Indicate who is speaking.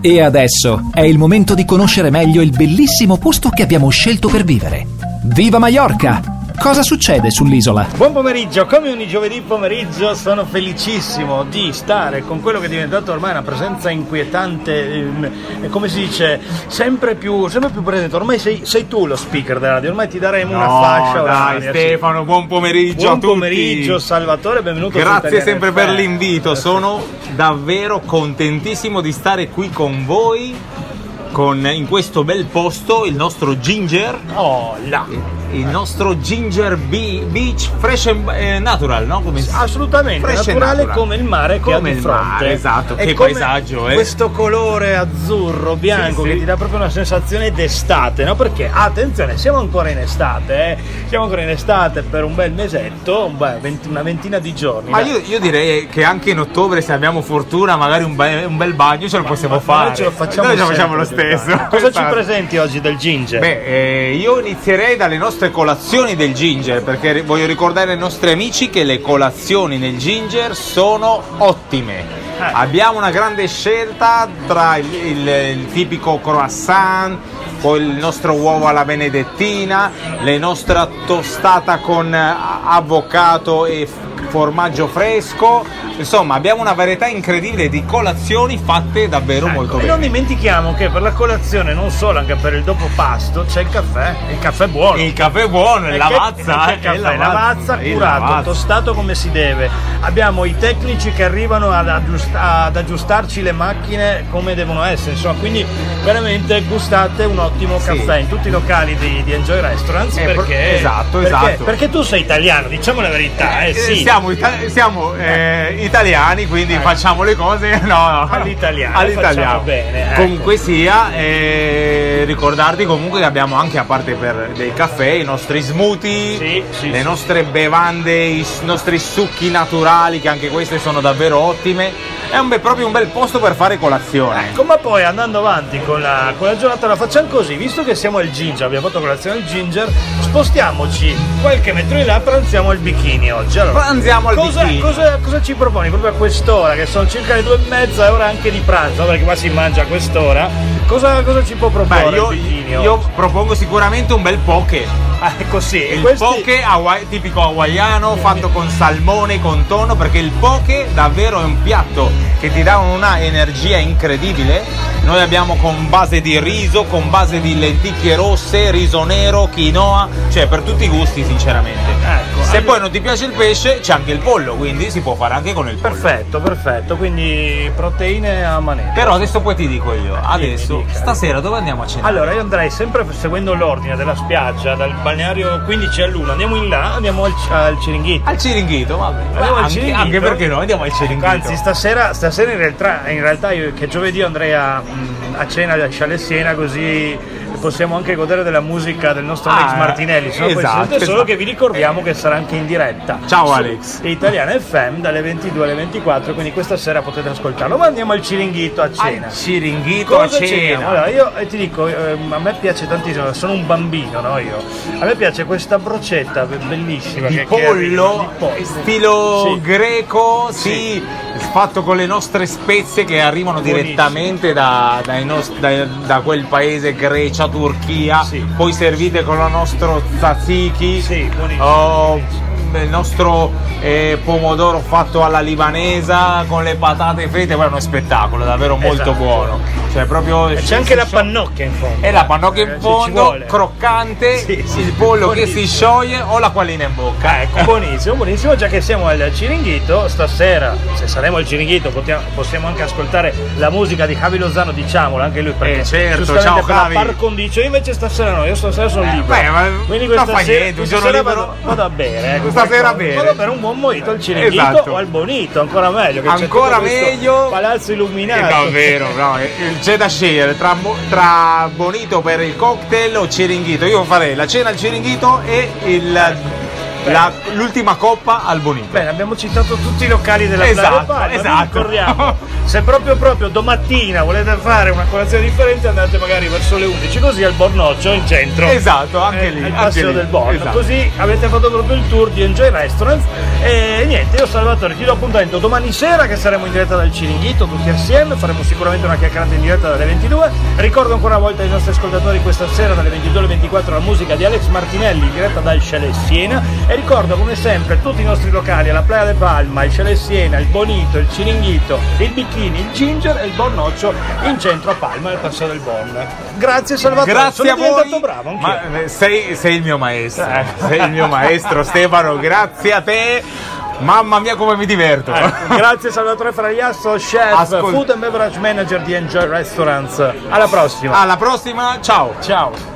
Speaker 1: E adesso è il momento di conoscere meglio il bellissimo posto che abbiamo scelto per vivere. Viva Mallorca! Cosa succede sull'isola?
Speaker 2: Buon pomeriggio, come ogni giovedì pomeriggio sono felicissimo di stare con quello che è diventato ormai una presenza inquietante, ehm, e come si dice, sempre più, sempre più presente. Ormai sei, sei tu lo speaker della radio, ormai ti daremo una
Speaker 3: No,
Speaker 2: fascia.
Speaker 3: Dai,
Speaker 2: oraria, sì.
Speaker 3: Stefano, buon pomeriggio a
Speaker 2: Buon
Speaker 3: tutti.
Speaker 2: pomeriggio, Salvatore, benvenuto. su
Speaker 3: Grazie
Speaker 2: Italian
Speaker 3: sempre
Speaker 2: FM.
Speaker 3: per l'invito, sono davvero contentissimo di stare qui con voi, con, in questo bel posto, il nostro Ginger,
Speaker 2: Oh, là.
Speaker 3: il nostro Ginger Be- Beach Fresh and eh, Natural, no? Come si-
Speaker 2: Ah, Assolutamente
Speaker 3: Fresh e
Speaker 2: naturale
Speaker 3: natural.
Speaker 2: come il mare che
Speaker 3: Come
Speaker 2: ha di
Speaker 3: il
Speaker 2: fronte.
Speaker 3: mare, esatto,
Speaker 2: E
Speaker 3: che
Speaker 2: come
Speaker 3: paesaggio, eh.
Speaker 2: Questo colore azzurro, bianco,
Speaker 3: Sì, sì.
Speaker 2: che ti dà proprio una sensazione d'estate, no? Perché, attenzione, siamo ancora in estate, eh. Siamo ancora in estate per un bel mesetto, un bel vent- una ventina di giorni.
Speaker 3: Ma
Speaker 2: dai.
Speaker 3: io, io direi che anche in ottobre, se abbiamo fortuna, magari un, be- un bel bagno ce lo possiamo
Speaker 2: Ma- ma
Speaker 3: fare.
Speaker 2: Noi ce lo facciamo,
Speaker 3: Noi ce lo facciamo
Speaker 2: sempre, Giordano.
Speaker 3: lo stesso.
Speaker 2: Cosa ci
Speaker 3: Esatto.
Speaker 2: presenti oggi del ginger?
Speaker 3: Beh, eh, io inizierei dalle nostre colazioni del ginger, perché ri- voglio ricordare ai nostri amici che le colazioni nel ginger sono ottime.
Speaker 2: Ah.
Speaker 3: Abbiamo una grande scelta tra il, il- il tipico croissant, poi il nostro uovo alla benedettina, la nostra tostata con eh, avocado e f- formaggio fresco. Insomma, abbiamo una varietà incredibile di colazioni fatte davvero
Speaker 2: Ecco,
Speaker 3: molto
Speaker 2: e non
Speaker 3: bene.
Speaker 2: dimentichiamo che per la colazione, non solo, anche per il dopo pasto, c'è il caffè, il caffè buono.
Speaker 3: Il caffè buono,
Speaker 2: Perché
Speaker 3: lavazza,
Speaker 2: c'è
Speaker 3: eh,
Speaker 2: il caffè,
Speaker 3: lavazza,
Speaker 2: lavazza
Speaker 3: eh,
Speaker 2: curato,
Speaker 3: lavazza.
Speaker 2: tostato come si deve. Abbiamo i tecnici che arrivano ad, aggiust- ad aggiustarci le macchine come devono essere. Insomma, quindi veramente gustate un ottimo
Speaker 3: Sì.
Speaker 2: caffè in tutti i locali di, di Enjoy Restaurants.
Speaker 3: Eh, pro-
Speaker 2: perché,
Speaker 3: esatto,
Speaker 2: perché-
Speaker 3: esatto.
Speaker 2: Perché tu sei italiano, diciamo la verità. Eh,
Speaker 3: Eh,
Speaker 2: sì.
Speaker 3: Siamo, ita- siamo, eh, italiani, quindi facciamo le cose no, no,
Speaker 2: All'italiano, eh, facciamo bene, ecco.
Speaker 3: Comunque sia, eh, ricordarti comunque che abbiamo anche a parte per dei caffè i nostri smoothie,
Speaker 2: Sì, sì,
Speaker 3: le
Speaker 2: sì.
Speaker 3: nostre bevande, i s- nostri succhi naturali, che anche queste sono davvero ottime. È un bel- proprio un bel posto per fare colazione.
Speaker 2: Ecco, ma poi andando avanti con la, con la giornata, la facciamo così: visto che siamo al ginger, abbiamo fatto colazione al ginger, spostiamoci qualche metro in là, pranziamo al bikini oggi. Allora,
Speaker 3: Pranziamo al
Speaker 2: cosa,
Speaker 3: bikini.
Speaker 2: Cosa, cosa ci proponi proprio a quest'ora, che sono circa le due e mezza, è ora anche di pranzo, perché qua si mangia a quest'ora. Cosa, cosa ci può proporre
Speaker 3: Beh, io,
Speaker 2: il bikini oggi?
Speaker 3: io propongo sicuramente un bel poke.
Speaker 2: Ah, è così,
Speaker 3: Il
Speaker 2: questi-
Speaker 3: poke hawa- tipico hawaiano fatto con salmone, con tonno, perché il poke davvero è un piatto che ti dà una energia incredibile. Noi abbiamo con base di riso, con base di lenticchie rosse, riso nero, quinoa, cioè per tutti i gusti sinceramente.
Speaker 2: Ecco,
Speaker 3: Se
Speaker 2: allora-
Speaker 3: poi non ti piace il pesce c'è anche il pollo, quindi si può fare anche con il pollo.
Speaker 2: Perfetto, perfetto, quindi proteine a manetta.
Speaker 3: Però adesso poi ti dico io, adesso
Speaker 2: dica.
Speaker 3: stasera dove andiamo a cenare?
Speaker 2: Allora, io andrei sempre seguendo l'ordine della spiaggia, dal balneario 15 all'1. Andiamo in là, andiamo al, al Ciringhito.
Speaker 3: al Ciringhito, vabbè.
Speaker 2: Andiamo al
Speaker 3: anche,
Speaker 2: Ciringhito.
Speaker 3: anche perché noi andiamo al Ciringhito.
Speaker 2: Anzi, stasera, stasera in, realtà, in realtà io che giovedì andrei a, mm, a cena a Chalet Siena così possiamo anche godere della musica del nostro
Speaker 3: Ah,
Speaker 2: Alex Martinelli. Sono
Speaker 3: esatto,
Speaker 2: presente, solo
Speaker 3: esatto.
Speaker 2: che vi ricordiamo che sarà anche in diretta.
Speaker 3: Ciao,
Speaker 2: su
Speaker 3: Alex.
Speaker 2: Italiana FM dalle 22 alle 24, quindi questa sera potete ascoltarlo. Ma andiamo al Ciringhito a cena.
Speaker 3: Al Ciringhito a
Speaker 2: Cosa ceniamo?
Speaker 3: cena.
Speaker 2: Allora, io eh, ti dico, ehm, a me piace tantissimo, sono un bambino, no? Io. A me piace questa brocetta be- bellissima.
Speaker 3: di
Speaker 2: che- che
Speaker 3: pollo,
Speaker 2: arriva, di pollo.
Speaker 3: stilo
Speaker 2: Sì.
Speaker 3: greco, sì,
Speaker 2: Sì.
Speaker 3: fatto con le nostre spezie che arrivano
Speaker 2: Buonissimo.
Speaker 3: direttamente da, dai nos- dai- da quel paese Grecia, Turchia,
Speaker 2: Sì.
Speaker 3: poi servite con il nostro tzatziki,
Speaker 2: Sì, buonissimo.
Speaker 3: oh, il nostro eh, pomodoro fatto alla libanesa con le patate fritte, guarda è uno spettacolo, davvero molto
Speaker 2: Esatto.
Speaker 3: buono. Cioè, proprio
Speaker 2: E C'è anche la pannocchia in fondo.
Speaker 3: e la pannocchia in
Speaker 2: Eh, ci- ci
Speaker 3: fondo,
Speaker 2: vuole.
Speaker 3: croccante,
Speaker 2: Sì, sì,
Speaker 3: il pollo che si
Speaker 2: buonissimo.
Speaker 3: scioglie o la quallina in bocca. Eh,
Speaker 2: Ecco, buonissimo, buonissimo, già che siamo al Ciringhito, stasera, se saremo al Ciringhito, potiamo- possiamo anche ascoltare la musica di Javi Lozano, diciamola anche lui, perché
Speaker 3: Eh, certo,
Speaker 2: giustamente
Speaker 3: ciao,
Speaker 2: fa la
Speaker 3: Javi.
Speaker 2: par condicio, io invece stasera no, io stasera sono
Speaker 3: Eh,
Speaker 2: libero.
Speaker 3: beh, ma
Speaker 2: Quindi
Speaker 3: non
Speaker 2: questa
Speaker 3: fa
Speaker 2: sera,
Speaker 3: niente, un
Speaker 2: questa
Speaker 3: giorno
Speaker 2: sera
Speaker 3: libero-
Speaker 2: vado, vado a bere, ecco,
Speaker 3: Stasera
Speaker 2: qualcosa.
Speaker 3: bere.
Speaker 2: Vado a bere un buon mojito al Ciringhito
Speaker 3: Esatto.
Speaker 2: o al Bonito, ancora meglio, che c'è
Speaker 3: Ancora
Speaker 2: tutto questo
Speaker 3: meglio.
Speaker 2: palazzo
Speaker 3: Eh,
Speaker 2: illuminato.
Speaker 3: davvero, no, eh, c'è da scegliere tra, mo- tra Bonito per il cocktail o Ciringhito. Io farei la cena al Ciringhito e il la- l'ultima coppa al Bonito.
Speaker 2: Bene, abbiamo citato tutti i locali della Playa
Speaker 3: Esatto,
Speaker 2: Palma,
Speaker 3: esatto.
Speaker 2: vi ricordiamo. Se proprio proprio domattina volete fare una colazione differente andate magari verso le 11 così al Bornoccio in centro.
Speaker 3: Esatto, anche
Speaker 2: Eh,
Speaker 3: lì.
Speaker 2: Al
Speaker 3: anche
Speaker 2: Passeo
Speaker 3: lì.
Speaker 2: del Borno.
Speaker 3: Esatto.
Speaker 2: Così avete fatto proprio il tour di Enjoy Restaurants. E niente, io Salvatore ti do appuntamento domani sera che saremo in diretta dal Ciringhito tutti assieme. Faremo sicuramente una chiacchierata in diretta dalle 22. Ricordo ancora una volta ai nostri ascoltatori questa sera dalle 22 alle 24 la musica di Alex Martinelli in diretta dal Chalet Siena. E ricordo come sempre tutti i nostri locali, la Playa de Palma, il Chalet Siena, il Bonito, il Ciringhito, il Bikini, il Ginger e il Bornoccio in centro a Palma nel Passo del Born. Grazie Salvatore, sono
Speaker 3: Grazie a voi.
Speaker 2: diventato bravo anch'io. Eh.
Speaker 3: Ma, eh, sei, sei il mio maestro. Sei il mio maestro Stefano, grazie a te. Mamma mia come mi diverto.
Speaker 2: Eh, grazie Salvatore Fraiasso, chef,
Speaker 3: Ascol- Ah.
Speaker 2: food and beverage manager di Enjoy Restaurants. Alla prossima.
Speaker 3: Alla prossima, ciao.
Speaker 2: Ciao.